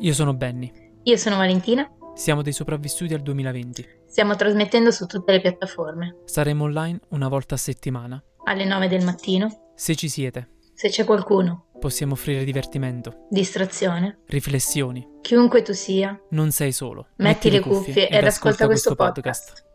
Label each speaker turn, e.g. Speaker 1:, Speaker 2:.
Speaker 1: Io sono Benny.
Speaker 2: Io sono Valentina,
Speaker 1: Siamo dei sopravvissuti al 2020.
Speaker 2: stiamo trasmettendo su tutte le piattaforme,
Speaker 1: Saremo online una volta a settimana.
Speaker 2: alle 9 del mattino,
Speaker 1: Se ci siete,
Speaker 2: se c'è qualcuno,
Speaker 1: possiamo offrire divertimento,
Speaker 2: distrazione,
Speaker 1: riflessioni.
Speaker 2: chiunque tu sia,
Speaker 1: Non sei solo.
Speaker 2: metti, le cuffie ed ascolta questo podcast.